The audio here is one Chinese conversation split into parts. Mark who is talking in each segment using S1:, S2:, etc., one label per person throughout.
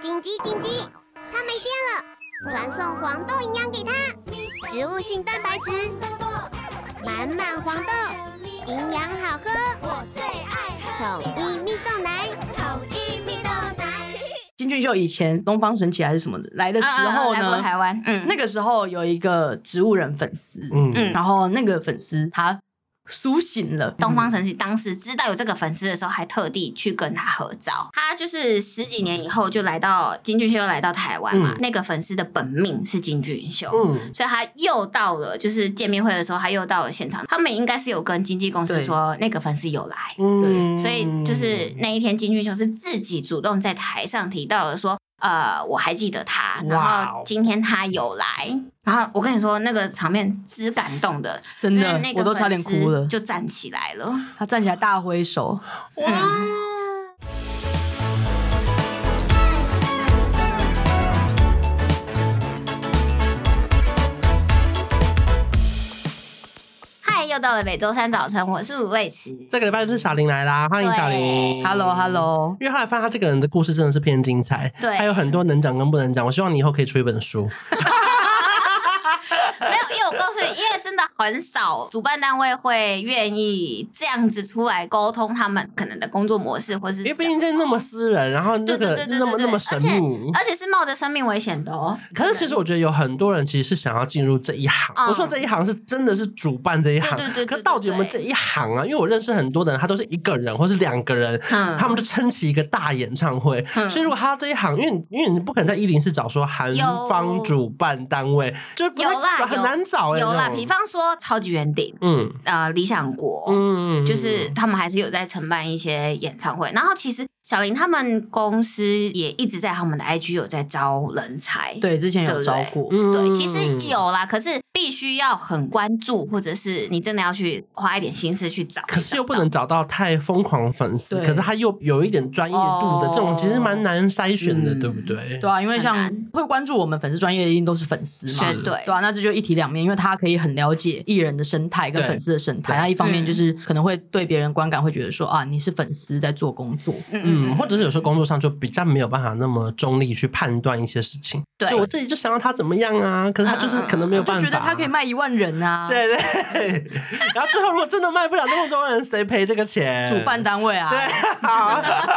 S1: 紧急紧急！它没电了，传送黄豆营养给它，植物性蛋白质，满满黄豆，营养好喝，
S2: 我最爱
S1: 统一蜜豆奶。
S2: 统一蜜豆奶。
S3: 金俊秀以前东方神起还是什么的来的时候
S4: 来过
S3: 呢，
S4: 台湾，嗯，
S3: 那个时候有一个植物人粉丝，
S5: 嗯
S4: 嗯
S3: 然后那个粉丝他苏醒了，
S4: 东方神起当时知道有这个粉丝的时候，还特地去跟他合照。他就是十几年以后就来到金俊秀，来到台湾嘛。
S5: 嗯
S4: 那个粉丝的本命是金俊秀。
S5: 嗯，
S4: 所以他又到了，就是见面会的时候，他又到了现场。他们应该是有跟经纪公司
S3: 对
S4: 说那个粉丝有来，
S5: 嗯
S4: 所以就是那一天金俊秀是自己主动在台上提到了说，呃，我还记得他，然
S5: 哇哦
S4: 后今天他有来，然后我跟你说那个场面之感动的，
S3: 真
S4: 因为
S3: 的
S4: 那个
S3: 我都差点哭
S4: 粉丝
S3: 了，
S4: 就站起来了。
S3: 他站起来大挥手，
S5: 哦
S4: 嗨，又到了每周三早晨，我是五味池。
S5: 这个礼拜就是小林来啦，欢迎小林
S4: 对
S3: Hello Hello，
S5: 因为后来发现他这个人的故事真的是偏精彩，
S4: 对
S5: 还有很多能讲跟不能讲。我希望你以后可以出一本书，
S4: 没有，因为我告诉你，因为真的很少主办单位会愿意这样子出来沟通他们可能的工作模式，或是
S5: 因为
S4: 什
S5: 毕竟
S4: 么
S5: 这那么私人，然后那
S4: 对对
S5: 个
S4: 对对对
S5: 那么
S4: 对
S5: 那么
S4: 而
S5: 神
S4: 且嗯
S5: 秘。
S4: 而且是冒着生命危险的哦。
S5: 可是其实我觉得有很多人其实是想要进入这一行。
S4: 嗯
S5: 我说这一行是真的是主办这一行，
S4: 对对对对
S5: 可到底有没有这一行啊？因为我认识很多的人，他都是一个人或是两个人，
S4: 嗯
S5: 他们就撑起一个大演唱会。
S4: 嗯
S5: 所以如果他要这一行，因为你因为你不可能在一零四找说韩
S4: 有
S5: 方主办单位，就是不太
S4: 有啦，
S5: 很
S4: 有
S5: 难找哎、
S4: 有啦，
S5: 这种
S4: 比方说超级圆顶，
S5: 嗯
S4: 呃，理想国，
S5: 嗯，
S4: 就是他们还是有在承办一些演唱会。然后其实小林他们公司也一直在他们的 IG 有在招人才，
S3: 对，之前
S4: 对
S3: 有
S4: 不
S3: 招
S4: 对
S3: 过，
S5: 嗯
S4: 对，其实有啦，可是必须要很关注，或者是你真的要去花一点心思去找。
S5: 可是又不能找到太疯狂粉丝，
S3: 对
S5: 可是他又有一点专业度的，
S4: 哦
S5: 这种其实蛮难筛选的，
S3: 嗯
S5: 对不对？
S3: 对啊，因为
S4: 很
S3: 像
S4: 难
S3: 会关注我们粉丝专业的一定都是粉丝嘛，
S4: 绝对
S3: 对啊，那这就一体两面，因为他可以很了解艺人的生态跟
S5: 对
S3: 粉丝的生态，
S5: 对
S3: 他一方面
S4: 嗯
S3: 就是可能会对别人观感会觉得说啊，你是粉丝在做工作，
S4: 嗯
S5: 嗯，或者是有时候工作上就比较没有办法那么中立去判断一些事情。
S4: 对嗯
S5: 就我自己就想要他怎么样啊，可是他就是可能没有办
S3: 就
S5: 法，啊
S3: 觉得他可以。卖一万人啊，，
S5: 对对， 然后最后如果真的卖不了那么多人，谁赔这个钱？
S3: 主办单位啊，
S5: 呃对，好。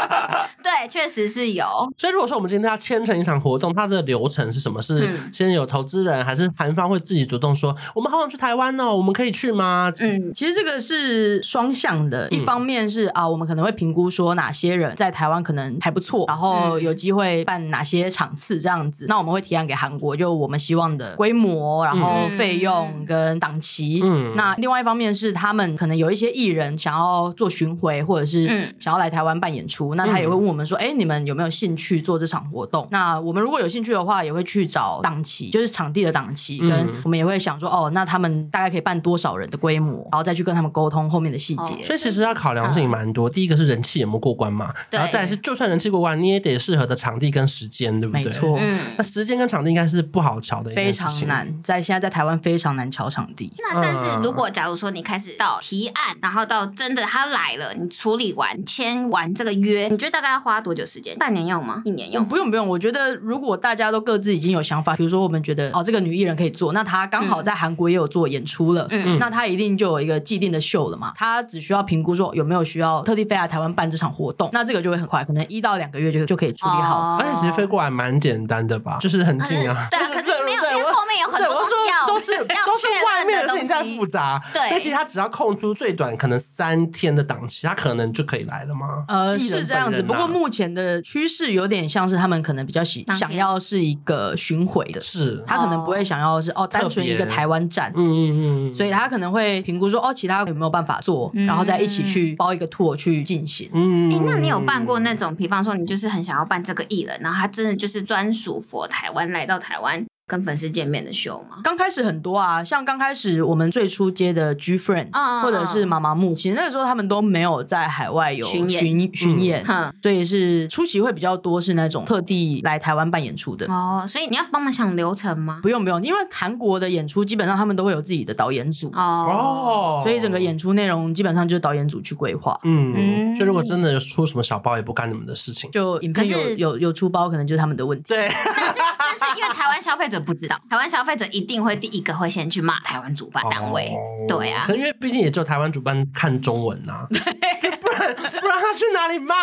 S4: 对，确实是有。
S5: 所以如果说我们今天要签成一场活动，它的流程是什么？是
S4: 嗯
S5: 先有投资人，还是韩方会自己主动说我们好想去台湾哦，我们可以去吗？
S4: 嗯，
S3: 其实这个是双向的，
S5: 嗯
S3: 一方面是啊，我们可能会评估说哪些人在台湾可能还不错，然后
S4: 嗯
S3: 有机会办哪些场次这样子。那我们会提案给韩国，就我们希望的规模，然后费用跟档期。
S5: 嗯
S3: 那另外一方面是他们可能有一些艺人想要做巡回，或者是
S4: 嗯
S3: 想要来台湾办演出，
S5: 嗯
S3: 那他也会问我们说，哎、你们有没有兴趣做这场活动？那我们如果有兴趣的话，也会去找档期，就是场地的档期，
S5: 嗯
S3: 跟我们也会想说，哦，那他们大概可以办多少人的规模，然后再去跟他们沟通后面的细节。
S4: 哦
S5: 所以其实要考量的事情蛮
S3: 嗯
S5: 多，第一个是人气有没有过关嘛，
S4: 对
S5: 然后再来是就算人气过关，你也得适合的场地跟时间，对不对？
S3: 没错，
S4: 嗯
S5: 那，时间跟场地应该是不好瞧的一件
S3: 非
S5: 事情，
S3: 常难，在现在在台湾非常难敲场地。
S4: 那但
S5: 哦
S4: 是如果假如说你开始到提案，然后到真的他来了，你处理完签完这个约，你觉得大概要花多久时间？半年要吗？一年要
S3: 嗯
S4: 吗？
S3: 不用不用，我觉得如果大家都各自已经有想法，比如说我们觉得哦，这个女艺人可以做，那她刚好在韩国也有做演出了，
S4: 嗯
S3: 那她一定就有一个既定的秀了嘛。她只需要评估说有没有需要特地飞来台湾办这场活动，那这个就会很快，可能一到两个月就就可以处理好。
S4: 哦
S5: 而哎且其实飞过来蛮简单的吧，就是很近啊。
S4: 对啊，可是
S5: 对
S4: 没有，
S5: 对
S4: 因为
S5: 我
S4: 后面有很
S5: 对，
S4: 多
S5: 我
S4: 东
S5: 说
S4: 西要
S5: 都是
S4: 要
S5: 都是外面
S4: 确认
S5: 事
S4: 东
S5: 情
S4: 西
S5: 在复杂，
S4: 对
S5: 所以其实他只要空出最短可能三天的档期，他可能就可以来了吗？
S3: 呃，
S5: 艺人
S3: 是这样子，
S5: 本人啊
S3: 不过目前的趋势有点像是他们可能比较喜
S4: 当天
S3: 想要是一个巡回的，
S5: 是，
S3: 他可能不会想要是哦单纯一
S5: 特
S3: 个
S5: 别
S3: 台湾站，
S5: 嗯嗯嗯嗯，
S3: 所以他可能会评估说哦其他有没有办法做，然后再一
S4: 嗯
S3: 起去包一个 tour 去进行。
S5: 嗯，
S4: 哎、那你有办过
S3: 嗯
S4: 那种，比方说你就是很想要办这个艺人，然后他真的就是专属佛台湾来到台湾，跟粉丝见面的秀吗？
S3: 刚开始很多啊，像刚开始我们最初接的 G Friend，、
S4: 嗯嗯
S3: 或者是妈妈木，其实那个时候他们都没有在海外有
S4: 巡
S3: 巡
S4: 演
S5: 嗯
S3: 巡演，
S4: 哼，
S3: 所以是出席会比较多，是那种特地来台湾办演出的。
S4: 哦，所以你要帮忙想流程吗？
S3: 不用不用，因为韩国的演出基本上他们都会有自己的导演组，
S4: 哦，
S5: 哦，
S3: 所以整个演出内容基本上就是导演组去规划。
S5: 嗯，
S4: 嗯
S5: 就如果真的有出什么小包，也不干你们的事情。
S3: 就影片
S4: 可
S3: 有
S4: 是
S3: 有有出包，可能就是他们的问题。
S5: 对，
S4: 但是因为台湾消费者不知道，台湾消费者一定会第一个会先去骂台湾主办单位，
S5: 哦
S4: 对啊
S5: 可。因为毕竟也只有台湾主办看中文呐、 不然不然他去哪里骂？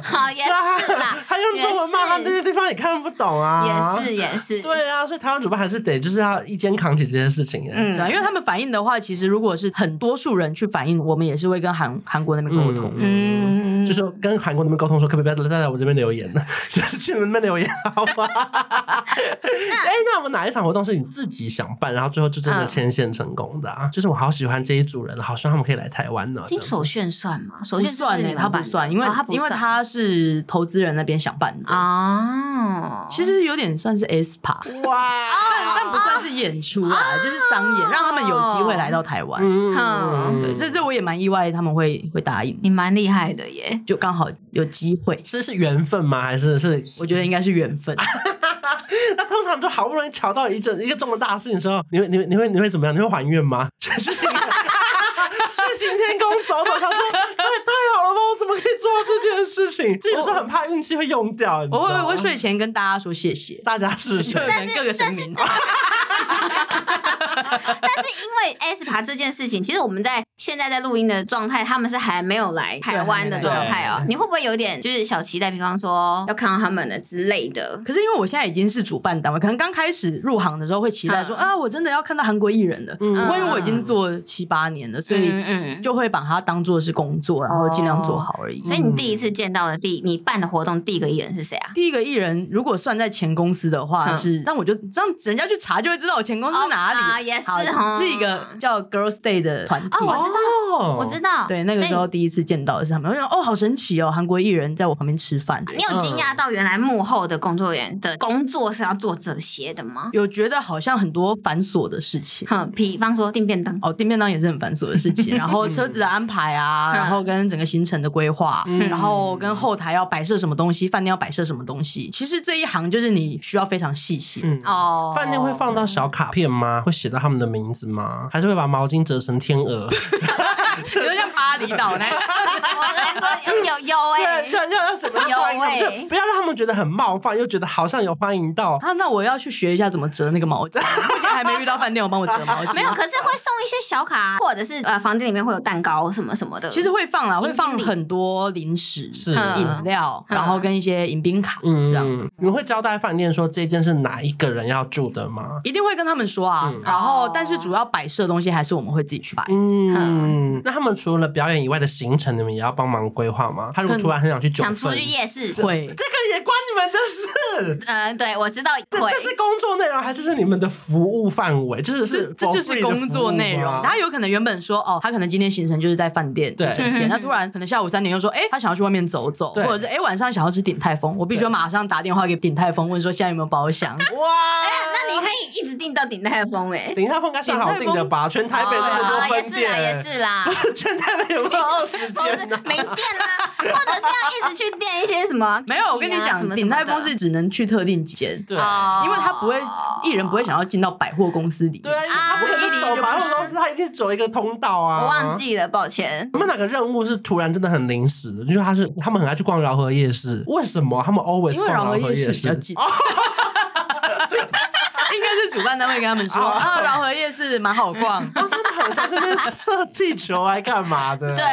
S4: 好， 哦也
S5: 对 啊
S4: 是啦，，
S5: 他用中文骂他那
S4: 也
S5: 些地方也看不懂啊。
S4: 是，也是，也是，
S5: 对啊，所以台湾主办还是得就是要一肩扛起这些事情、哎，
S3: 对啊，
S4: 嗯，
S3: 因为他们反映的话，其实如果是很多数人去反映，我们也是会跟韩韩国那边沟通。
S4: 嗯，
S5: 嗯就是跟韩国那边沟通说，可不可以不要再来我这边留言呢？ 就是去你们那边留言好吗？哎、那我们哪一场活动是你自己想办，然后最后就真的
S4: 嗯
S5: 牵线成功的、啊？就是我好喜欢这一组人，好希望他们可以来台湾呢、这
S4: 金
S5: 样子
S4: 手炫算吗？手
S3: 不
S4: 炫
S3: 算
S4: 呢
S3: 呢，，他不算，因为、
S4: 哦他不
S3: 因为
S4: 算啊
S3: 他是投资人那边想办的，
S4: 哦，
S3: 其实有点算是 S 趴，
S4: 啊
S5: 哇，
S3: 但不算是演出啦，就是商演，让他们有机会来到台湾。
S4: 嗯
S3: 对，这这我也蛮意外，他们会会答应，
S4: 你蛮厉害的耶。
S3: 就刚好有机会，
S5: 这是缘分吗？还是是？
S3: 我觉得应该是缘分。
S5: 那通常就好不容易瞧到一整一个这么大的事情的时候，你会你会你会你会怎么样？你会还愿吗？ 去行天去行天宫走走，想说哎太太好了吧？我怎么可以做到这件事情？就有时候很怕运气会用掉，你知
S3: 我
S5: 道
S3: 会
S5: 吗
S3: 我会睡前跟大家说谢谢，
S5: 大家是
S3: 就可
S5: 谁？
S3: 能各个神明。
S4: 但是因为 S 爬这件事情，其实我们在现在在录音的状态，他们是还没有来台湾的状态
S5: 对还没
S4: 哦
S5: 来。
S4: 你会不会有点就是小期待？比方说
S3: 嗯
S4: 要看到他们的之类的。
S3: 可是因为我现在已经是主办单位，可能刚开始入行的时候会期待说、
S4: 嗯
S3: 啊，我真的要看到韩国艺人了。
S5: 嗯
S3: 不过因为我已经做七八年了，所以
S4: 嗯嗯。
S3: 就会把它当做是工作，然后尽量做好而已。
S4: 所以你第一次见到的第你办的活动第一个艺人是谁啊？
S3: 第一个艺人，如果算在前公司的话
S4: 嗯
S3: 是，但我就这样，人家去查就会知道我前公司是哪里。
S4: 哦啊也是
S3: 嗯好
S4: 哦
S3: 是一个叫 Girls Day 的团体。
S4: 哦我知
S5: 道
S4: 我知道，
S3: 对，那个时候第一次见到的是他们，我就想哦，好神奇哦，韩国艺人在我旁边吃饭。
S4: 所以你有惊
S3: 嗯
S4: 讶到原来幕后的工作人员的工作是要做这些的吗？
S3: 有觉得好像很多繁琐的事情，
S4: 哼，比方说订便当，
S3: 哦，订便当也是很繁琐的事情，然后车子的安排啊，
S4: 嗯
S3: 然后跟整个行程的规划，
S5: 嗯
S3: 然后跟后台要摆设什么东西，饭店要摆设什么东西。其实这一行就是你需要非常细心。
S5: 嗯
S4: 哦
S5: 饭店会放到小卡片吗？会写到他们的名字吗？还是会把毛巾折成天鹅？
S3: 比如像巴厘岛那样，
S4: 我跟你说有有有哎、
S5: 对，要要要怎么样欢迎他们？
S4: 有
S5: 就
S4: 欸
S5: 不要让他们觉得很冒犯，又觉得好像有欢迎到。
S3: 啊，那我要去学一下怎么折那个毛巾。目前还没遇到饭店有帮我折毛巾， 啊
S4: 没有，可是会送一些小卡，或者是呃，房间里面会有蛋糕什么什么的。
S3: 其实会放啦，
S4: 饮
S3: 会放
S4: 品
S3: 很多零食、
S5: 是
S3: 饮料，
S4: 嗯
S3: 然后跟一些迎宾卡
S5: 嗯，
S3: 这样。
S5: 你们会交代饭店说这间是哪一个人要住的吗？
S3: 一定会跟他们说啊
S5: 嗯，
S3: 然后
S4: 哦
S3: 但是主要摆设的东西还是我们会自己去摆。
S5: 嗯，那他们除了表演以外的行程，你们也要帮忙规划吗？他如果突然很想去九
S4: 想
S5: 份，
S4: 出去夜市，
S3: 会，
S5: 这个也关你们的事。
S4: 嗯、对我知道
S5: 这
S4: 会
S5: 这是工作内容还是是你们的服务范围？这
S3: 这
S5: 是
S3: 这就是工作内容。他
S5: 他
S3: 有可能原本说哦，他可能今天行程就是在饭店
S5: 对
S3: 一整天，那突然可能下午三点又说，哎，他想要去外面走走，
S5: 对
S3: 或者是哎晚上想要吃鼎泰丰，我必须
S5: 对
S3: 要马上打电话给鼎泰丰问说现在有没有哎包 厢。
S5: 哇，
S4: 那你可以一直订到顶泰丰哎，
S5: 鼎泰丰应该算好定的吧？全台北那么
S4: 哦
S5: 多
S4: 也
S5: 分
S4: 是啦，也
S5: 店，
S4: 是啦，
S5: 全台北有没有二十
S4: 或者是
S5: 间呢？
S4: 没电啦，或者是要一直去垫一些什 么啊 Kiki 啊？
S3: 没有，我跟你
S4: 什
S3: 讲，
S4: 么
S3: 鼎泰丰
S4: 什么
S3: 是只能去特定几间，
S5: 对。
S4: 的，
S3: 因为他不会
S4: 哦
S3: 艺人不会想要进到百货公司里。
S5: 对啊，他不可能走百货公司，他一定走一个通道啊。
S4: 啊我忘记了，抱歉。
S5: 你们哪个任务是突然真的很临时的？就是他是他们很爱去逛饶河夜市，为什么他们 always
S3: 因为
S5: 逛
S3: 饶河
S5: 河
S3: 夜市比
S5: 市？
S3: 较近。 应该是主办单位跟他们说
S5: 哦
S3: 啊，饶河夜市蛮好逛。
S5: 他真的很在这边射气球啊还干嘛 的？
S4: 对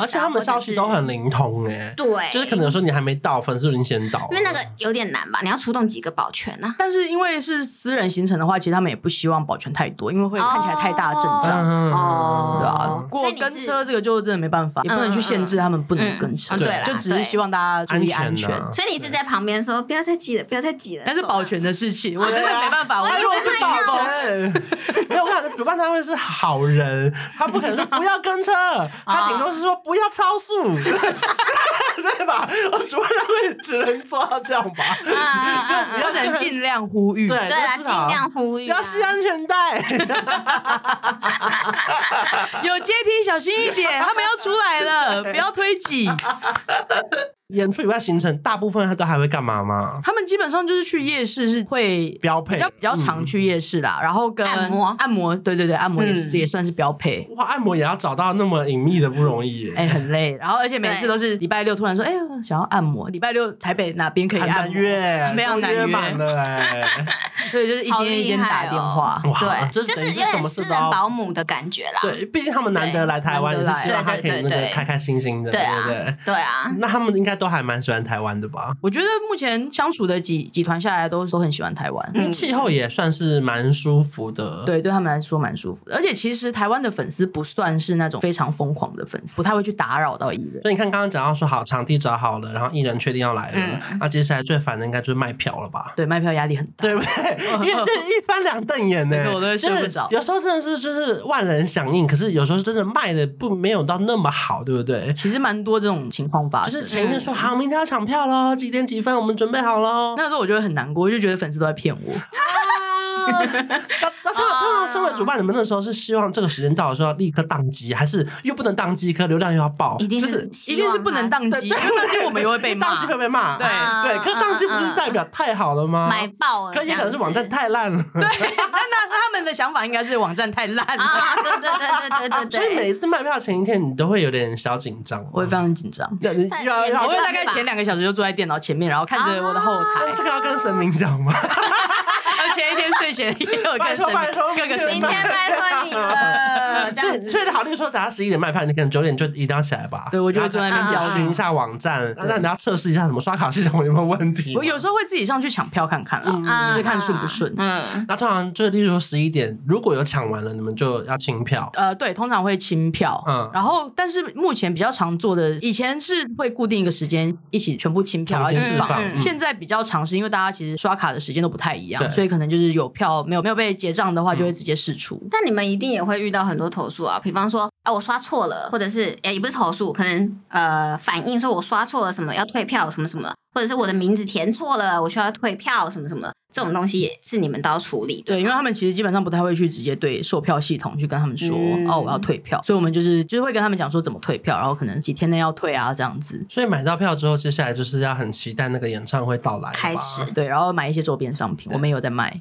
S5: 而且他们消息都很灵通哎、
S4: 对，
S5: 就是可能有时候你还没到，粉丝就已经先到了，
S4: 因为那个有点难吧？你要出动几个保全啊？
S3: 但是因为是私人行程的话，其实他们也不希望保全太多，因为会看起来太大的阵仗。
S5: 嗯
S4: 哦
S3: 对啊
S4: 哦，
S3: 过
S4: 所以你是
S3: 跟车这个就真的没办法，也不能去限制他们不能跟车，
S4: 嗯嗯嗯对啦
S3: 就只是希望大家注意安全。
S5: 啊
S4: 所以你是在旁边说不要再挤了，不要再挤了。
S3: 但是
S4: 走啊
S3: 保全的事 情，我真的没办法。我
S4: 以为
S3: 如果是保
S4: 他
S3: 全，
S5: 啊对， 没有，我看主办单位是 好
S3: 啊
S5: 人，他不可能说不要跟车，他顶多是说不要超速， 对吧？哦主办单位只能做到这样吧？
S4: 啊，
S3: 不能尽量呼吁。
S5: 对
S4: 对啊，尽
S5: 就至少
S4: 量呼吁啊
S5: 要系安全带，
S4: 啊
S3: 有阶梯，小心一点，他们要出来 了，不要推挤。
S5: 演出以外行程，大部分他都还会干嘛吗？
S3: 他们基本上就是去夜市是会。
S5: 标配嗯
S3: 比较比较常去夜市啦，然后跟
S4: 按摩
S3: 按摩，对对对，按摩也是、
S4: 嗯
S3: 也算是标配，
S5: 哇，按摩也要找到那么隐秘的不容易耶。
S3: 哎、很累，然后而且每次
S4: 对
S3: 都是礼拜六突然说，哎、我想要按摩，礼拜六台北哪边可以
S5: 很
S3: 按
S5: 难
S3: 摩，
S5: 约，
S3: 非常难
S5: 都
S3: 约
S5: 约满了哎。
S3: 所以就是一
S4: 好
S3: 间一
S4: 厉
S3: 间
S4: 害
S3: 打
S4: 哦
S3: 电话，
S5: 哇，
S4: 对，
S5: 这
S4: 就
S5: 等于
S4: 是有
S5: 什
S4: 点
S5: 么
S4: 私
S5: 事
S4: 人
S5: 都要。
S4: 保姆的感觉啦。
S5: 对，毕竟他们难得
S4: 对
S5: 来台湾，
S3: 难
S5: 也
S3: 得
S5: 是希望他可
S4: 来
S5: 以那
S4: 对对
S5: 个
S4: 对
S5: 开开心心的，
S4: 对
S5: 对
S4: 啊
S5: 不对？
S4: 对啊，
S5: 那他们应该都还蛮喜欢台湾的吧？
S3: 我觉得目前相处的几几团下来都都很喜欢台湾，
S4: 嗯
S5: 气候也算是蛮舒服的。，
S3: 对，对他们来说蛮舒服的。而且其实台湾的粉丝不算是那种非常疯狂的粉丝，不太会去打扰到艺人。
S5: 所以你看刚刚讲到说好场地找好了，然后艺人确定要来了，
S4: 嗯
S5: 那接下来最烦的应该就是卖票了吧？
S3: 对，卖票压力很大。
S5: 对不对？因为这一翻两瞪眼呢、
S3: 没错我都会
S5: 就是
S3: 睡不着
S5: 有时候真的是就是万人响应，可是有时候真的卖的不没有到那么好，对不对？
S3: 其实蛮多这种情况发
S5: 就
S3: 生
S5: 是。前一天说好，明天要抢票喽，几点几分我们准备好
S3: 嗯
S5: 喽。
S3: 那时候我就会很难过，就觉得粉丝都在骗我。
S5: 啊那那通常
S3: 啊
S5: 通常身为主办，你们那时候是希望这个时间到的时候要立刻宕机，还是又不能宕机，可流量又要爆？
S4: 一定
S5: 就是
S4: 啊
S3: 一定是不能
S4: 当
S3: 宕机，因为 宕机我们又会 被骂
S5: 宕机。会被骂。
S3: 对 嗯
S5: 对，可是宕机不就是代表太好了吗？
S4: 啊买爆了，
S5: 可是也可能是网站太烂了。
S3: 对，那那他们的想法应该是网站太烂了，
S4: 啊，对对对对对
S5: 啊所以
S4: 对
S5: 每
S4: 对，
S5: 一次卖票前一天，你都会有点小紧张。
S3: 我会非常紧张。
S5: 那你
S4: 太
S5: 要
S4: 也
S5: 要
S3: 我
S4: 没
S3: 会
S5: 跟
S3: 大概前两个小时就坐在电脑前面，然后看着我的后台
S5: 那。这个要跟神明讲吗？
S3: 而前一天睡前也有
S5: 拜
S3: 跟
S5: 托
S3: 神
S5: 拜托
S3: 明各个神
S4: 明
S3: 明
S4: 天拜托你 了，哦这
S5: 所
S4: 样
S5: 以
S4: 子
S5: 所以好，例如说，只要十一点卖票，你可能九点就一定要起来吧。
S3: 对我就会坐在那边
S4: 焦虑
S5: 寻一下网站，
S4: 嗯
S5: 那那你要测试一下什么刷卡系统有没有问题。
S3: 我有时候会自己上去抢票看看啦，
S4: 嗯
S3: 就是看顺不顺。
S4: 嗯，
S5: 那通常就是，例如说十一点，如果有抢完了，你们就要清票。
S3: 呃，对，通常会清票，
S5: 嗯
S3: 然后但是目前比较常做的，以前是会固定一个时间一起全部清票，然后一
S5: 重
S3: 起
S5: 新释
S3: 放。
S5: 放，
S4: 嗯
S5: 嗯
S3: 现在比较常是因为大家其实刷卡的时间都不太一
S5: 对嗯
S3: 样，所以可能就是有票没有没有被结账的话，就会直接释出。
S4: 那你们一定也会遇到很多投诉啊，比方说，啊，我刷错了，或者是，哎，也不是投诉，可能呃反映说我刷错了什么，要退票什么什么的，或者是我的名字填错了，我需要退票什么什么的，这种东西也是你们都要处理的。
S3: 对，因为他们其实基本上不太会去直接对售票系统去跟他们说，
S4: 嗯
S3: 哦，我要退票，所以我们就是就是会跟他们讲说怎么退票，然后可能几天内要退啊这样子。
S5: 所以买到票之后，接下来就是要很期待那个演唱会到来了吧。
S4: 开始
S3: 对，然后买一些周边商品，我们也有在卖。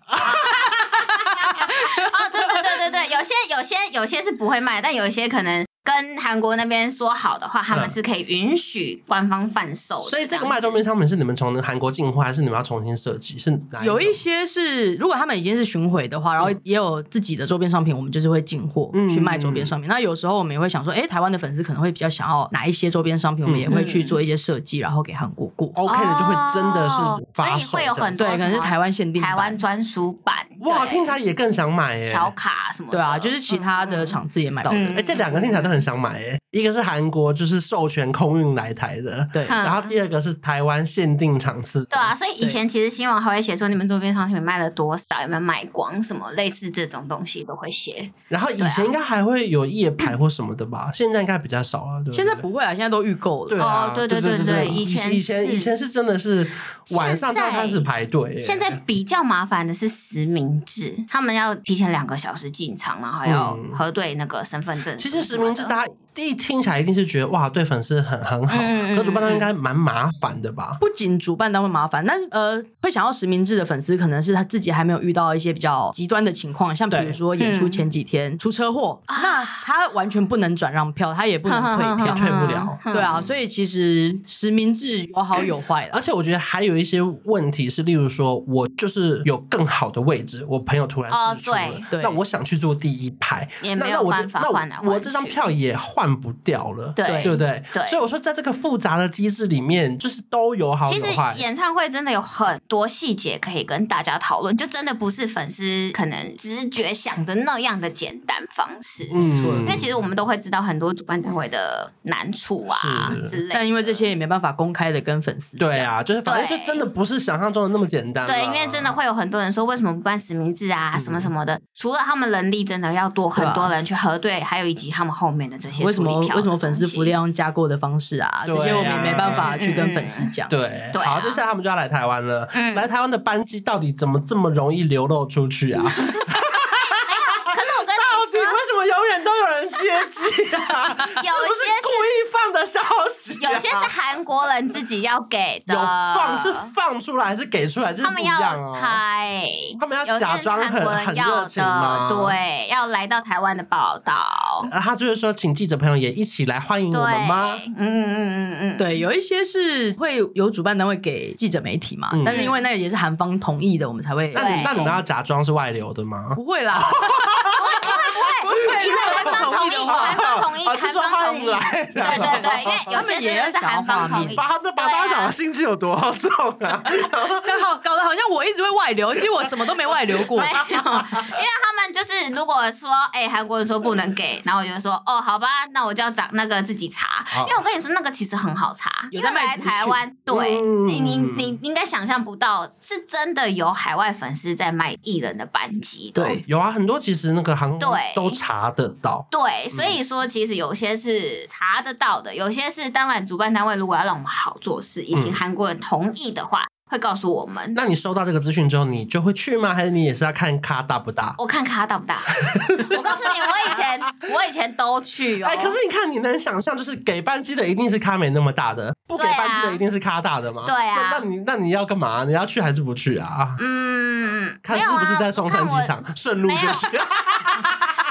S4: 哦，对对对对对，有些有些有些是不会卖，但有一些可能跟韩国那边说好的话，他们
S5: 嗯
S4: 是可以允许官方贩售的。
S5: 所以这个
S4: 样
S5: 卖
S4: 子
S5: 周边商品是你们从韩国进货，还是你们要重新设计？是哪
S4: 哎
S3: 有
S5: 一
S3: 一
S5: 种
S3: 些是，如果他们已经是巡回的话，然后也有自己的周边商品，我们就是会进货、
S5: 嗯
S3: 去卖周边商品。那有时候我们也会想说，哎、台湾的粉丝可能会比较想要哪一些周边商品，我们也
S4: 嗯
S3: 会去做一些设计，然后给韩国过。
S5: OK 的，就会真的是
S4: 哦
S5: 发售
S4: 所以会有
S5: 这样
S4: 很
S5: 子
S4: 多
S3: 对，可能是台湾限定版
S4: 台湾专属版，
S5: 哇，
S4: 对
S5: 听起来也更想买耶。
S4: 小卡什么的。
S3: 对啊，就是其他的场次也买到的。
S4: 哦嗯
S5: 哎、这两个听起来都很想买耶。一个是韩国就是授权空运来台的，
S3: 对，
S4: 嗯
S5: 然后第二个是台湾限定场次，
S4: 对啊，，所以以前其实新闻还会写说你们周边商品卖了多少，有没有买光什么类似这种东西都会写。
S5: 然后以
S4: 啊
S5: 前应该还会有夜排或什么的吧，现在应该比较少了，对对
S3: 现在不会啊，现在都预购
S5: 对
S3: 了。
S4: 哦
S5: 啊，
S4: 对对
S5: 对
S4: 对对
S5: 以
S4: 以前
S5: 以前
S4: 是
S5: 以前是真的是晚上
S4: 现在
S5: 才开始排队耶，哎
S4: 现在比较麻烦的是实名制，他们要提前两个小时进场，然后要
S5: 嗯
S4: 核对那个身份证
S5: 其
S4: 什
S5: 实
S4: 么什么的。
S5: 实名制大家一听起来一定是觉得哇，对粉丝很很好，
S4: 嗯嗯嗯
S5: 可主办方应该蛮麻烦的吧？
S3: 不仅主办单位麻烦，但是呃，会想要实名制的粉丝，可能是他自己还没有遇到一些比较极端的情况，像比
S5: 对
S3: 如说演出前几天出车祸，
S4: 啊
S3: 那他完全不能转让票，他也不能退
S4: 嗯
S3: 票，
S5: 退不了
S3: 对啊，所以其实实名制有好有坏
S5: 而
S3: 啦。
S5: 且我觉得还有一些问题是，例如说我就是有更好的位置，我朋友突然
S4: 哦
S5: 试出了，
S3: 对
S5: 那我想去坐第一排，
S4: 也
S5: 那
S4: 没
S5: 那
S4: 有
S5: 我这
S4: 办法
S5: 那我
S4: 换来换去
S5: 我这张票也换不掉了，
S4: 对
S5: 对不对？
S4: 对
S5: 所以我说，在这个复杂的机制里面，就是都有好
S4: 其
S5: 有
S4: 实
S5: 坏。
S4: 演唱会真的有很多细节可以跟大家讨论，就真的不是粉丝可能直觉想的那样的简单方式。
S5: 嗯
S4: 因为其实我们都会知道很多主办单位的难处啊
S5: 是
S4: 之类的，
S3: 但因为这些也没办法公开的跟粉丝讲
S5: 对，啊，就是反正
S4: 对
S5: 就真的不是想象中的那么简单啦。
S4: 对，因为真的
S5: 嗯
S4: 会有很多人说为什么不办实名制
S5: 啊
S4: 啊，什么什么的。除了他们人力真的要多很多人去核对，还有以及他们后面的这些
S3: 为为什么
S4: 处理票的
S3: 为什么粉丝
S4: 东西
S3: 福利要用加购的方式啊？这
S5: 对
S3: 些我们也
S5: 啊
S3: 没办法去跟
S4: 嗯
S3: 粉丝讲。
S5: 对，
S4: 对啊
S5: 好，接下来他们就要来台湾了。
S4: 嗯
S5: 来台湾的班机到底怎么这么容易流露 出去啊？到
S4: 哎可是我跟你
S5: 底
S4: 说，
S5: 为什么永远都有人接机啊？是不是
S4: 有些是
S5: 故意放的消息啊、
S4: 有些是韩国人自己要给的，
S5: 有放是放出来，还是给出来，就是
S4: 他
S5: 不
S4: 们
S5: 一
S4: 要
S5: 样哦。
S4: 拍，
S5: 他们要
S4: 有些
S5: 假装很
S4: 韩国人
S5: 很
S4: 要
S5: 热情吗
S4: 的，对，要来到台湾的报道，
S5: 然后他就是说，请记者朋友也一起来欢迎
S4: 对，
S5: 我们吗？
S4: 嗯嗯嗯嗯，
S3: 对，有一些是会有主办单位给记者媒体嘛，
S5: 嗯
S3: 但是因为那个也是韩方同意的，我们才会。
S5: 那你
S4: 对
S5: 那你们要假装是外流的吗？
S3: 不会啦，不会不会，因为
S4: 韩方同意，韩方同意，
S5: 啊就
S4: 韩
S5: 说
S4: 方
S5: 欢
S4: 同意
S5: 迎，来，
S4: 对啊对对，因为有
S3: 他们
S4: 些
S3: 也
S4: 真的是
S3: 要
S4: 韩方
S3: 想要
S4: 同意，
S5: 把他把大家讲的心机有多重 啊？
S3: 但好搞得好像我一直会外流，其实我什么都没外 流过。
S4: 没有，因为他们就是如果说，哎、韩国人说不能给，然后我就说，哦，好吧，那我就要找那个自己查，
S5: 好
S4: 因为我跟你说那个其实很好查，
S3: 有
S4: 因
S3: 在
S4: 为
S3: 卖
S4: 来
S3: 资
S4: 台湾，对、
S5: 嗯
S4: 你你你应该想象不到，是真的有海外粉丝在卖艺人的班机的，
S3: 对
S5: 有啊，很多其实那个航空
S4: 对
S5: 都查得到。
S4: 对，所以说其实有些是查得到的，有些是当然主办单位如果要让我们好做事，以及
S5: 嗯
S4: 韩国人同意的话，会告诉我们。
S5: 那你收到这个资讯之后，你就会去吗？还是你也是要看咖大不大？
S4: 我看看他大不大。 我告诉你，我以前我以前都去哦。
S5: 哎、可是你看，你能想象，就是给班机的一定是咖没那么大的，不给
S4: 对啊
S5: 班机的一定是咖大的吗？
S4: 对啊
S5: 那那你那你要干嘛？你要去还是不去啊？
S4: 嗯，
S5: 看
S4: 没有
S5: 是不是
S4: 啊
S5: 在松山
S4: 看我
S5: 机场，顺路就去。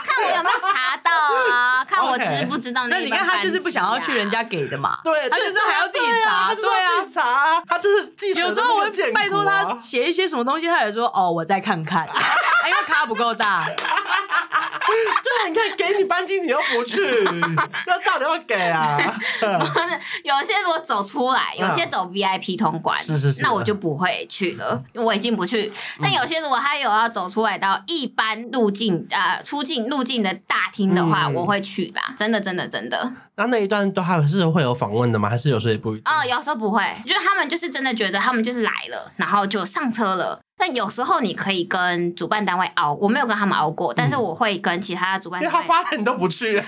S4: 看我有没有查到啊？看我知不知道
S3: 那
S4: 一
S3: 你
S4: 班
S3: 看他就是不想要
S4: 班
S3: 去
S4: 机啊
S3: 人。家给的 嘛，
S5: 对，啊
S3: 他就是还要自己查，
S5: 对啊，他就是要自己查啊，他就是记者的
S3: 有
S5: 那
S3: 时
S5: 个
S3: 候我会
S5: 建
S3: 拜托
S5: 国啊
S3: 他 写一些什么东西，他也说哦，我再看 看，哎因为咖不够大。
S5: 对，你看给你班机你又不去， 那到底要给啊？
S4: 有些如果走出来，有些
S5: 嗯
S4: 走 VIP 通关，
S5: 是是嗯是
S4: 那我就不会去了，因为我已经不去。但有些如果他有要走出来到一般入境呃出境入境的大厅的话，
S5: 嗯
S4: 我会去啦，真的真的真的。
S5: 那那一段都还是会有访问的吗？还是有时候也不一定？
S4: 哦，有时候不会，就是他们就是真的觉得他们就是来了，然后就上车了。但有时候你可以跟主办单位熬，我没有跟他们熬过，但是
S5: 嗯
S4: 我会跟其他主办
S5: 因为
S4: 单
S5: 他
S4: 位。
S5: 发了你都不去 啊，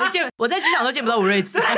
S3: 我见我在机场都见不到吴瑞 慈，哎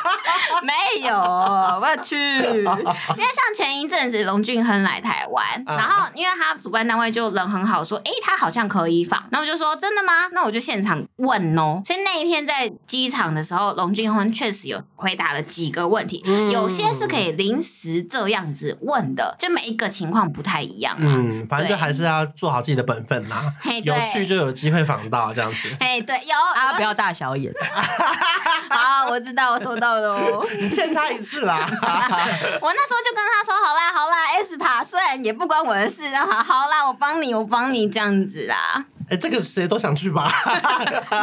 S4: 没有，我去。因为像前一阵子龙俊亨来台湾，
S5: 啊
S4: 然后因为他主办单位就人很好，说，诶，他好像可以访，然后我就说真的吗？那我就现场问哦。所以那一天在机场的时候，龙俊亨确实有回答了几个问题，
S5: 嗯
S4: 有些是可以临时这样子问的，就每一个情况不太一样啊。
S5: 嗯，反正就
S4: 对
S5: 还是要做好自己的本分啦。
S4: 嘿，对
S5: 有，去就有机会访到这样子。
S4: 嘿，对，有
S3: 大家不
S4: 啊，
S3: 要大小眼。
S4: 好，我知道，我收到了哦。
S5: 你欠他一次 啦，
S4: 我那时候就跟他说，好啦，好啦，S 爬虽然也不关我的事，然后好啦，我帮你，我帮你这样子啦。
S5: 哎，这个谁都想去吧？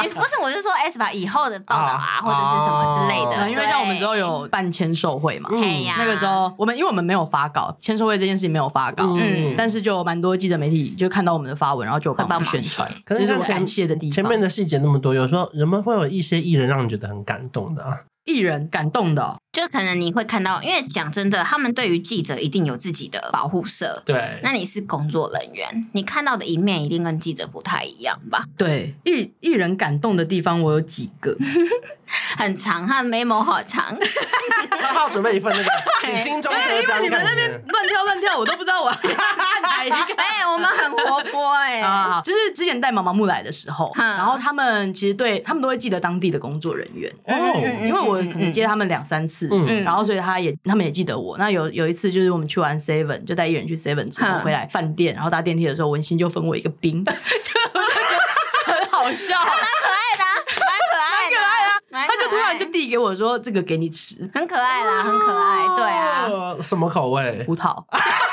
S4: 你不是，我是说 S 爬以后的报道啊
S5: 啊，
S4: 或者是什么之类
S5: 哦
S4: 的。
S3: 啊因为像我们之后
S4: 对，
S3: 有办签售会嘛，
S4: 嘿呀，
S3: 那个时候我们因为我们没有发稿，签售会这件事情没有发稿，
S4: 嗯
S3: 但是就有蛮多记者媒体就看到我们的发文，然后就有帮我们宣传
S4: 会，
S5: 帮
S3: 这
S5: 忙写
S3: 是我感谢的地方。
S5: 前面的细节那么多，有时候人们会有一些艺人让你觉得很感动的啊。
S3: 艺人感动的哦、
S4: 就可能你会看到，因为讲真的，他们对于记者一定有自己的保护色。
S5: 对，
S4: 那你是工作人员，你看到的一面一定跟记者不太一样吧？
S3: 对艺艺人感动的地方，我有几 个。
S4: 很长，他的眉毛好长。
S5: 他好准备一份 那个几金钟
S3: 对，
S5: 得
S3: 因为
S5: 奖
S3: 你们那
S5: 感
S3: 边
S5: 言。
S3: 乱跳乱跳，我都不知道我 要看哪 一个。
S4: 哎、我们很活泼哎、
S3: 啊，就是之前带毛毛木来的时候，
S4: 嗯
S3: 然后他们其实对他们都会记得当地的工作人员，
S5: 哦，
S4: 嗯
S3: 因为我可能接他们两三次，
S5: 嗯
S3: 然后所以他也他们也记得我。那有有一次就是我们去完 Seven，就带艺人去 Seven 之后
S4: 哼
S3: 回来饭店，然后搭电梯的时候，文心就分我一个冰， 就我就觉得这很好笑。
S4: 啊蛮可爱的啊，蛮
S3: 他
S4: 可爱的，
S3: 就突然就递给我说：“这个给你吃，
S4: 很可爱啦，很可爱，对啊，
S5: 呃，什么口味？
S3: 葡萄。”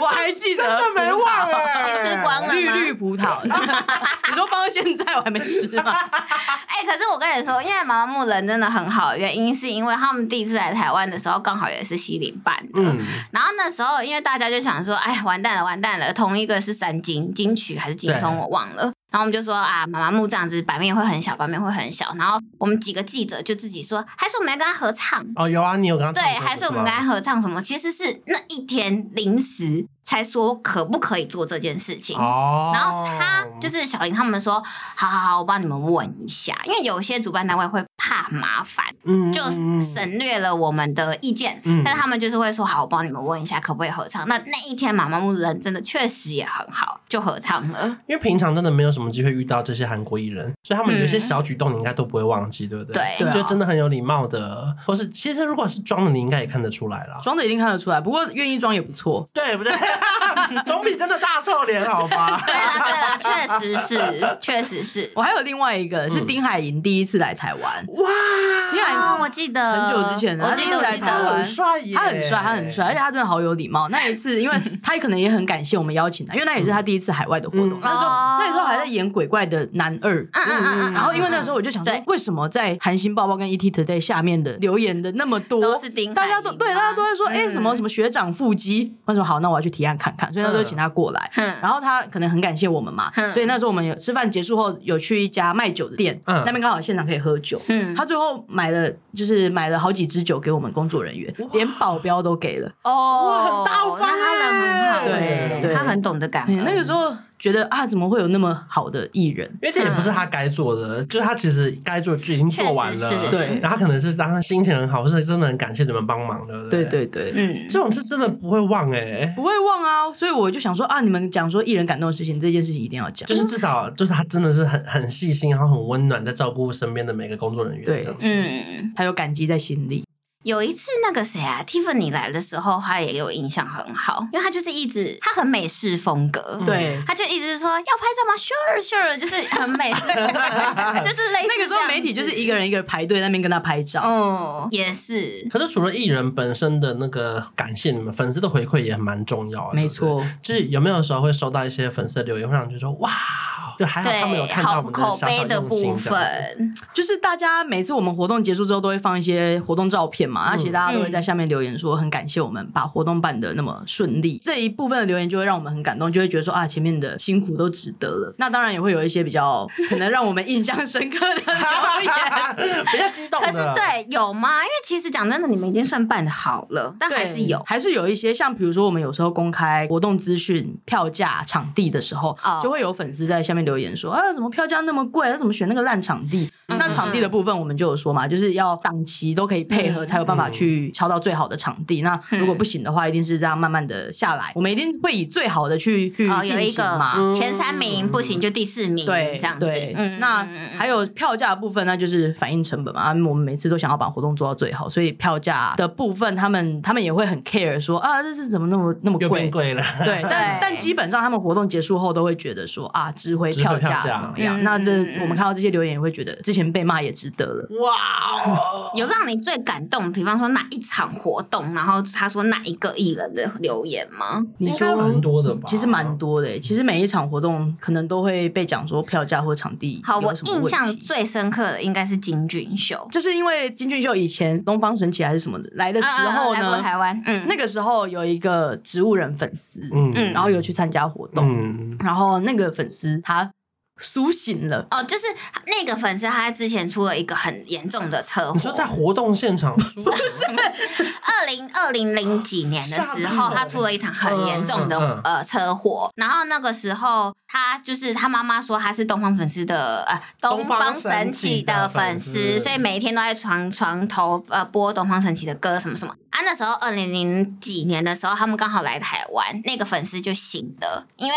S3: 我还记得，
S5: 真的没忘 哎、
S4: 你吃光了
S3: 绿
S4: 吗
S3: 绿葡萄。 你说放到现在我还没吃吗？
S4: 哎、可是我跟你说，因为毛毛木人真的很好，原因是因为他们第一次来台湾的时候，刚好也是西林办的。
S5: 嗯，
S4: 然后那时候，因为大家就想说，哎，完蛋了，完蛋了，同一个是三金金曲还是金钟，
S5: 对
S4: 我忘了。然后我们就说啊，妈妈木这样子版面会很小，版面会很小。然后我们几个记者就自己说，还是我们来跟他合唱，
S5: 哦，有啊，你有跟他
S4: 对，
S5: 唱歌
S4: 还是我们
S5: 吗
S4: 该合唱什么？其实是那一天临时才说可不可以做这件事情。
S5: 哦，
S4: 然后他就是小林他们说，好好好，我帮你们问一下，因为有些主办单位会怕麻烦，
S5: 嗯
S4: 就省略了我们的意见，
S5: 嗯
S4: 但他们就是会说好，我帮你们问一下可不可以合唱。那那一天妈妈木人真的确实也很好，就合唱 了。
S5: 因为平常真的没有什么机会遇到这些韩国艺人，所以他们有一些小举动你应该都不会忘记，对不嗯对？
S4: 对
S3: 啊
S5: 就真的很有礼貌的，或是其实如果是装的，你应该也看得出来啦。
S3: 装的一定看得出来，不过愿意装也不错。
S5: 对不对？ 总比真的大臭脸好吧？
S4: 对啦对啦，确实是，确实是。
S3: 我还有另外一个是丁海寅第一次来台湾，
S5: 哇，
S3: 丁海
S4: 啊，
S3: 寅
S4: 我记得
S3: 很久之前了
S4: 哦我记得
S3: 他
S4: 我
S3: 第一次来
S4: 记
S3: 台
S5: 他
S4: 得
S3: 湾
S5: 很帅耶，嗯
S3: 他很帅，他很帅，而且他真的好有礼貌。那一次，因为他可能也很感谢我们邀请他，因为那也是他第一次海外的活动。
S5: 嗯
S3: 那时候
S4: 哦
S3: 那时候还在演鬼怪的男二，
S4: 嗯嗯嗯嗯
S3: 然后因为那时候我就想说
S4: 对，
S3: 为什么在韩星抱抱跟 ET Today 下面的留言的那么多
S4: 都是丁海寅，
S3: 大家都对
S4: 吗
S3: 大家都在说，哎，
S4: 嗯
S3: 什么什么学长腹肌，我说好，那我要去提案看看，所以那时候就请他过来。
S4: 嗯
S3: 然后他可能很感谢我们嘛，
S4: 嗯
S3: 所以那时候我们有吃饭结束后有去一家卖酒的店，
S5: 嗯
S3: 那边刚好现场可以喝酒，
S4: 嗯
S3: 他最后买了就是买了好几支酒给我们工作人员，连保镖都给了。
S4: 哦
S5: 哇很大方
S4: 那他人很好
S3: 哎
S4: 欸
S3: 对对
S4: 他很懂得感
S3: 哎
S4: 恩。
S3: 那个时候觉得啊，怎么会有那么好的艺人？
S5: 因为这也不是他该做的，就是他其实该做的就已经做完
S4: 确实
S5: 了，
S4: 是
S3: 对
S5: 然后他可能是当他心情很好，或是真的很感谢你们帮忙，对不
S3: 对
S5: 对
S3: 对对，
S4: 嗯，
S5: 这种是真的不会忘哎，
S3: 不会忘啊。所以我就想说啊，你们讲说艺人感动的事情，这件事情一定要讲。
S5: 就是至少就是他真的是很很细心，然后很温暖，在照顾身边的每个工作人员。
S3: 对
S5: 这样子，
S4: 嗯，
S3: 他有感激在心里，
S4: 有一次那个谁啊，Tiffany 来的时候，他也给我印象很好，因为他就是一直他很美式风格，
S5: 嗯
S3: 对。
S4: 他就一直说要拍照吗？Sure Sure，就是很美式风 格，就是类似
S3: 那个时候媒体就是一个
S4: 人，
S3: 人一个人排队那边跟他拍照，
S4: 嗯，也是。
S5: 可是除了艺人本身的那个感谢你们粉丝的回馈也蛮重要的，
S3: 没
S5: 对不
S3: 错，
S5: 对。就是有没有时候会收到一些粉丝的留言，会让你觉得说哇，就还好他们有
S4: 对，
S5: 看到
S4: 好
S5: 我们的
S4: 口
S5: 小小
S4: 碑的
S5: 用
S4: 部
S5: 心这样子。
S4: 分，
S3: 就是大家每次我们活动结束之后都会放一些活动照片
S4: 嗯
S3: 嘛，那其实大家都会在下面留言说很感谢我们把活动办得那么顺利，这一部分的留言就会让我们很感动，就会觉得说啊前面的辛苦都值得了。那当然也会有一些比 较可能让我们印象深刻的留言，
S5: 不要激动
S4: 可
S5: 的。
S4: 是对有吗？因为其实讲真的，你们已经算办的好了，但还是有
S3: 对，还是有一些像比如说我们有时候公开活动资讯、票价、场地的时候
S4: 哦
S3: 就会有粉丝在下面留言说啊，怎么票价那么贵？啊怎么选那个烂场地？
S4: 嗯
S3: 那场地的部分我们就有说嘛，就是要档期都可以配
S4: 嗯
S3: 合，才有办法去敲到最好的场地。那如果不行的话，一定是这样慢慢的下来，我们一定会以最好的去去
S4: 哦，有
S3: 进
S4: 一
S3: 行
S4: 个
S3: 嘛。
S5: 嗯
S4: 前三名不行就第四名，
S3: 对，
S4: 这样子
S3: 对。，
S4: 嗯，
S3: 那
S4: 嗯
S3: 还有票价的部分，那就是反映成本嘛。啊我们每次都想要把活动做到最好，所以票价的部分，他们他们也会很 care 说啊，这是怎么那么那么
S5: 又变
S3: 贵？
S5: 贵了。
S3: 对，但
S4: 对
S3: 但基本上他们活动结束后都会觉得说啊，值回
S5: 值回
S3: 票价
S5: 票价
S3: 怎么样？
S4: 嗯
S3: 那这
S4: 嗯嗯
S3: 我们看到这些留言也会觉得，之前被骂也值得了。
S5: 哇哦！
S4: 有让你最感动，比方说哪一场活动，然后他说哪一个艺人的留言吗？
S3: 你
S5: 应该
S3: 说
S5: 蛮多的吧？
S3: 其实蛮多的欸、其实每一场活动可能都会被讲说票价或场地
S4: 好，
S3: 有
S4: 我
S3: 什么问
S4: 印
S3: 题
S4: 象最深刻的应该是金俊秀
S3: 就是因为金俊秀以前东方神起还是什么的来的时候
S4: 啊啊啊来过
S3: 呢，
S4: 台湾，嗯，
S3: 那个时候有一个植物人粉丝，
S5: 嗯
S4: 嗯
S3: 然后有去参加活动，
S5: 嗯
S3: 然后那个粉丝他苏醒了。
S4: 哦，就是那个粉丝，他之前出了一个很严重的车
S5: 你说在
S4: 祸。
S5: 活动现场不是
S4: 二零二零零几年的时
S5: 吓
S4: 候，
S5: 到
S4: 他出了一场很严重的、
S5: 嗯嗯嗯
S4: 呃车祸，然后那个时候他就是他妈妈说他是东方粉丝的呃
S5: 东方
S4: 方神起的粉
S5: 神起的粉丝
S4: 丝，所以每天都在床床头呃播东方神起的歌什么什么。啊，那时候二零零几年的时候，他们刚好来台湾，那个粉丝就醒了，因为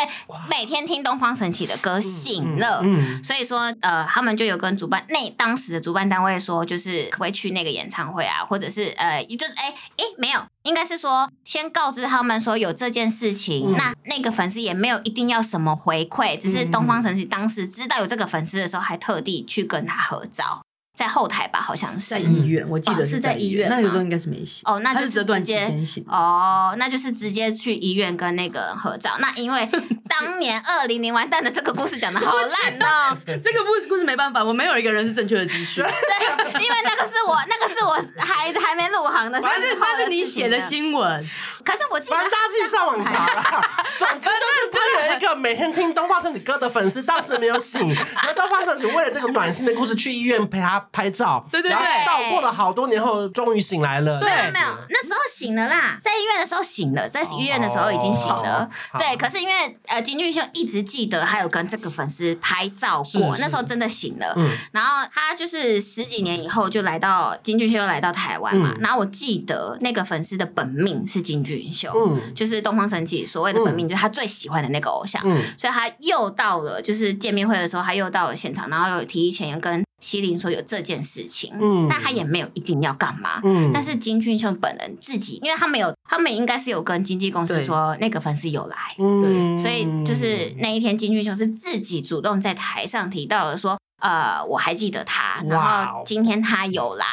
S4: 每天听东方神起的歌醒了，
S5: 嗯，
S4: 所以说，呃，他们就有跟主办那当时的主办单位说，就是可不可以去那个演唱会啊，或者是呃，就是哎哎没有，应该是说先告知他们说有这件事情，
S5: 嗯
S4: 那那个粉丝也没有一定要什么回馈，只是东方神起当时知道有这个粉丝的时候，还特地去跟他合照，在后台吧，好像是
S3: 在。医院，
S5: 嗯
S3: 我记
S4: 哦
S3: 得
S4: 是在
S3: 在
S4: 医院
S3: 那个时候
S4: 吗
S3: 应该是没醒，
S4: 哦，那
S3: 他
S4: 就是是
S3: 这段
S4: 直
S3: 期
S4: 接
S3: 间醒。
S4: 哦，那就是直接去医院跟那个人合照。那因为当年二零零完蛋的这个故事讲的好烂哦，
S3: 这个故故事没办法，我没有一个人是正确的资 讯，
S4: 对，因为那个是我，那个是我还还没入行的时候，
S3: 但是但是你写的
S4: 新，
S3: 新闻，
S4: 啊可是我记得
S5: 反正大家自己上网查啦。总之就是他有一个每天听东方神起歌的粉丝，当时没 有醒，然后东方神起为了这个暖心的故事去医院陪他拍照，
S3: 对对
S5: 然后
S3: 对
S5: 到过了好多年后，终于醒来了，
S3: 对
S5: 这
S4: 没
S5: 样
S4: 有
S5: 子
S4: 没有，那时候醒了啦，在医院的时候醒了，在医院的时候已经醒了。
S5: 哦好
S4: 对，可是因为呃，金俊秀一直记得还有跟这个粉丝拍照过，
S5: 是
S4: 那时候真的醒了。
S5: 嗯
S4: 然后他就是十几年以后就来到金俊秀来到台湾嘛，
S5: 嗯
S4: 然后我记得那个粉丝的本命是金俊秀，
S5: 嗯
S4: 就是东方神起所谓的本命，就是他最喜欢的那个偶像。
S5: 嗯，
S4: 所以他又到了，就是见面会的时候，他又到了现场，然后有提前跟西林说有这件事情，
S5: 嗯
S4: 但他也没有一定要干嘛。
S5: 嗯
S4: 但是金俊秀本人自己，因为他们有，他们应该是有跟经纪公司
S3: 对
S4: 说那个粉丝有来，
S5: 嗯
S4: 所以就是那一天金俊秀是自己主动在台上提到了说，呃，我还记得他，然
S5: 哇哦
S4: 后今天他有来，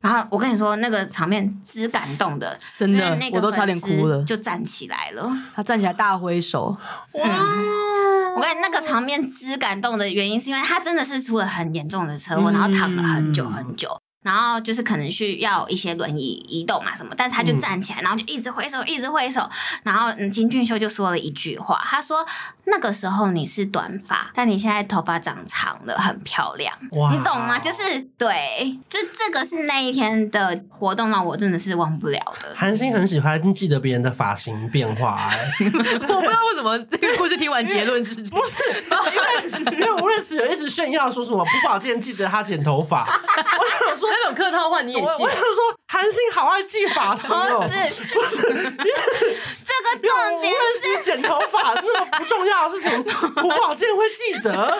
S4: 然后我跟你说那个场面之感动的，
S3: 真
S4: 因为
S3: 的
S4: 那，个
S3: 我都差点哭
S4: 粉丝
S3: 了。
S4: 就站起来了。
S3: 他站起来大挥手，
S4: 嗯我跟你那个场面之感动的原因，是因为他真的是出了很严重的车祸，
S5: 嗯
S4: 然后躺了很久很久。然后就是可能需要一些轮椅移动嘛什么，但是他
S5: 嗯
S4: 就站起来，然后就一直挥手，一直挥手。然后嗯，金俊秀就说了一句话，他说：“那个时候你是短发，但你现在头发长长了，很漂亮。”
S5: 哇
S4: 你懂吗？就是对，就这个是那一天的活动让我真的是忘不了的。
S5: 韩星很喜欢记得别人的发型变化、哎
S3: 我不知道为什么这个故事听完结论是这样
S5: 不是因为因为吴瑞慈有一直炫耀说什么不保健记得他剪头 发，我想说。
S3: 那种客套话你也
S5: 我
S3: 信
S5: 我？想说，韩星好爱记发 型哦、
S4: 不是， 这个
S5: 因为
S4: 重
S5: 吴
S4: 点
S5: 瑞慈剪头发那么不重要的事情，朴宝剑会记得。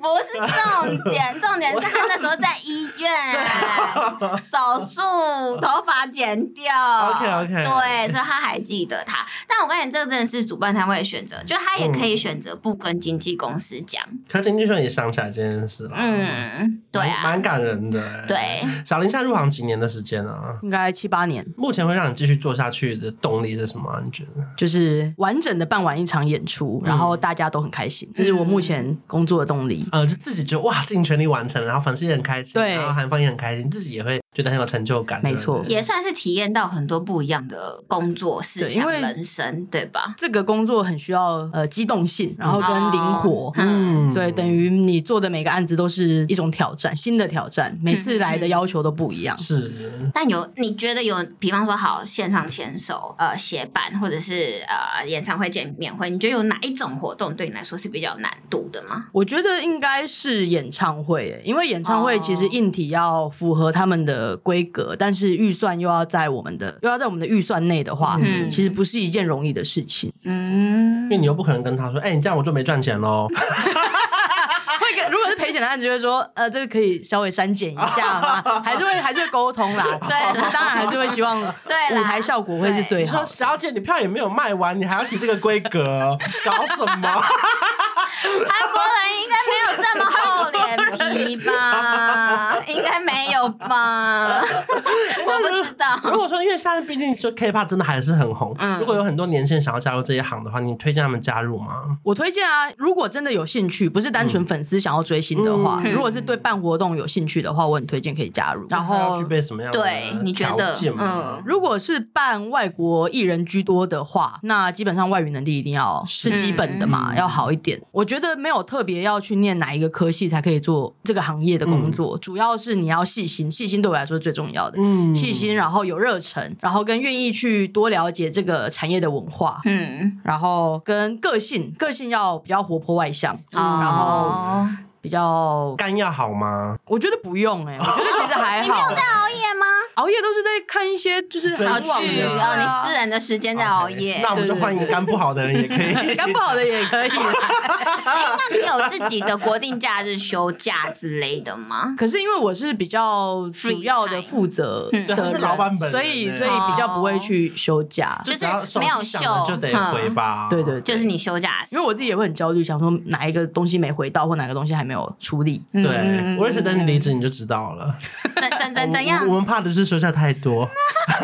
S4: 不是重点，重点是他那时候在医院手术，头发剪掉。
S5: OK，OK
S4: 对，所以他还记得他。但我跟你这真的是主办单位的选择，就他也可以选择不跟经纪公司讲。
S5: 可金俊秀也想起来这件事了，，
S4: 嗯，对啊，
S5: 蛮感人的、哎
S4: 对，
S5: 小林现在入行几年的时间啊？
S3: 应该七八年，
S5: 目前会让你继续做下去的动力是什么啊、你觉得？
S3: 就是完整的办完一场演出，然后大家都很开心，这是我目前工作的动力。
S5: 呃，就自己觉得哇，尽全力完成了，然后粉丝也很开心，
S3: 对
S5: 然后韩方也很开心，自己也会觉得很有成就感。
S3: 没错
S5: 对不对
S4: 也算是体验到很多不一样的工作事
S3: 对因
S4: 项、
S3: 为
S4: 人生，对吧？
S3: 这个工作很需要呃机动性，然后跟灵活。
S4: 嗯，
S5: 嗯
S3: 对，等于你做的每个案子都是一种挑战，新的挑战，每次来的要求都不一样。
S5: 是
S4: 但有你觉得有，比方说好线上牵手、呃写板，或者是呃演唱会见面会，你觉得有哪一种活动对你来说是比较有难度的吗？
S3: 我觉得应该是演唱会耶，因为演唱会其实
S4: 哦
S3: 硬体要符合他们的规格，但是预算又要在我们的又要在我们的预算内的话，
S4: 嗯
S3: 其实不是一件容易的事情。
S4: 嗯
S5: 因为，你又不可能跟他说，哎、你这样我就没赚钱喽。
S4: 啊
S3: 会给如果是赔钱的案子，就会说呃，这个可以稍微删减一下吗？还是会还是会沟通啦。
S4: 对
S3: 只是当然还是会希望
S4: 对啦
S3: 舞台效果会是最
S5: 你
S3: 好
S5: 说
S3: 的。
S5: 小姐，你票也没有卖完，你还要提这个规格， 搞什么？
S4: 韩国人应该没有这么厚脸皮吧？应该没有吧？我不知道。
S5: 如果说，因为现在毕竟说 K-pop 真的还是很红，
S4: 嗯
S5: 如果有很多年轻人想要加入这一行的话，你推荐他们加入吗？
S3: 我推荐啊，如果真的有兴趣，不是单纯粉丝想要追星的话，
S4: 嗯
S3: 如果是对办活动有兴趣的话，我很推荐可以加入。然
S5: 那他要
S3: 后
S5: 具备什么样的
S4: 对你觉得
S5: 条件吗？
S3: 如果是办外国艺人居多的话，那基本上外语能力一定要是基本的嘛，要好一点。我觉得没有特别要去念哪一个科系才可以做这个行业的工作，主要是你要细心，细心对我来说是最重要的。
S5: 嗯
S3: 细心，然后有热忱，然后跟愿意去多了解这个产业的文化，
S4: 嗯，
S3: 然后跟个性，个性要比较活泼外向，然后
S4: 哦，
S3: 比较，
S5: 肝要好吗？
S3: 我觉得不用哎、我觉得其实还好，
S4: 熬夜吗？
S3: 熬夜都是在看一些就是
S5: 追
S3: 韩
S5: 剧
S3: 网
S5: 对
S4: 去
S3: 的
S5: 啊
S4: 哦，你私人的时间在熬夜
S5: OK，那我们就
S3: 对对
S5: 换一个肝不好的人也可 以。
S3: 干不好的也可以 啦。
S4: 那你有自己的国定假日休假之类的吗？
S3: 可是因为我是比较主要的负责
S4: 嗯
S5: 对他
S3: 的
S5: 是
S3: 人，
S5: 老板本人哦
S3: 所以
S5: 欸
S3: 所以比较不会去休假，
S4: 就是
S5: 只要手
S4: 没有
S5: 机响了
S4: 秀嗯
S5: 就得回吧。
S3: 对对，
S4: 就是你休假的时
S3: 因
S4: 候，
S3: 为我自己也会很焦虑，想说哪一个东西没回到或哪个东西还没有处 理。
S4: 嗯
S5: 对，我认识等你离职你就知道了。
S4: 怎怎怎怎样
S5: 我？我们怕的是休假太 多，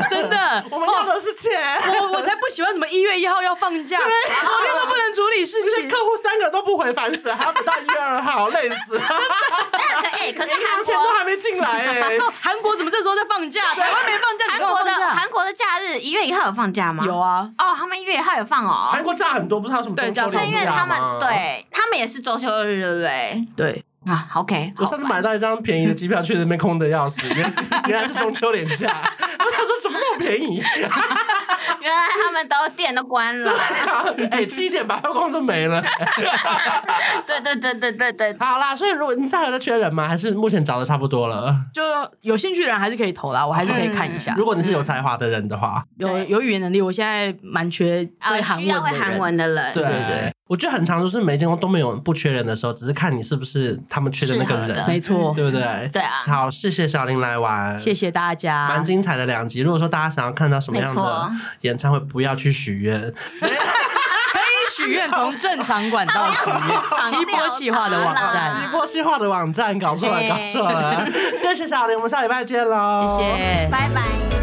S3: 真的，哦
S5: 我们要的是钱。
S4: 哦
S3: 我我才不喜欢什么一月一号要放假，
S5: 啊
S3: 昨天都不能处理事
S5: 这些
S3: 情
S5: 客。户三个人都不回，烦死了，还要等到一月二号，累死了。
S4: 那可哎、可是韩
S5: 银行钱都
S4: 国
S5: 还没进来哎、
S3: 韩国怎么这时候在放假？台湾没放假，你
S4: 韩
S3: 干嘛
S4: 国
S3: 放
S4: 的
S3: 假
S4: 韩国的假日一月一号有放假吗？
S3: 有啊，
S4: 哦，他们一月一号有放哦。
S5: 韩国炸很多，不是还有什么
S3: 对
S5: 中秋
S3: 炸
S4: 对，
S5: 连
S4: 因为他
S5: 假
S4: 们
S5: 吗？，
S4: 对他们也是周休日，对不对？
S3: 对，
S4: 啊，OK，
S5: 我
S4: 好
S5: 上次
S4: 烦
S5: 买到一张便宜的机票，去那边空的要死， 原原来是中秋连假。 我想说怎么那么便宜？
S4: 原来他们都店都关了。
S5: 哎，七点百货公司都没了。哎
S4: 对对对对对 对，
S5: 好啦，所以如果你们现在有在缺人吗？还是目前找的差不多了？
S3: 就有兴趣的人还是可以投啦，我还是可以看一下。
S5: 如果你是有才华的人的话，
S3: 有有语言能力，我现在蛮缺
S4: 啊，
S3: 会韩
S4: 需
S3: 文
S4: 要会
S3: 的
S4: 韩
S3: 人。
S4: 文的人，
S5: 对
S3: 对，
S5: 我觉得很长就是每间公司都没有不缺人的时候，只是看你是不是他们缺的那个
S4: 适合的
S5: 人，
S3: 没错，
S5: 对不对？
S4: 对啊
S5: 好，谢谢小林来玩，
S3: 谢。谢大家。
S5: 蛮精彩的两集，如果说大家想要看到什么
S4: 没
S5: 样
S4: 错
S5: 的。演唱会，不要去许愿。
S3: 可以许愿从正常管道死， 西波企
S4: 啊
S3: 划的网
S5: 啊直
S3: 站，
S5: 播计划的网站搞错了，搞错了。谢谢小林，我们下礼拜见喽。
S3: 谢谢。
S4: 哎拜拜。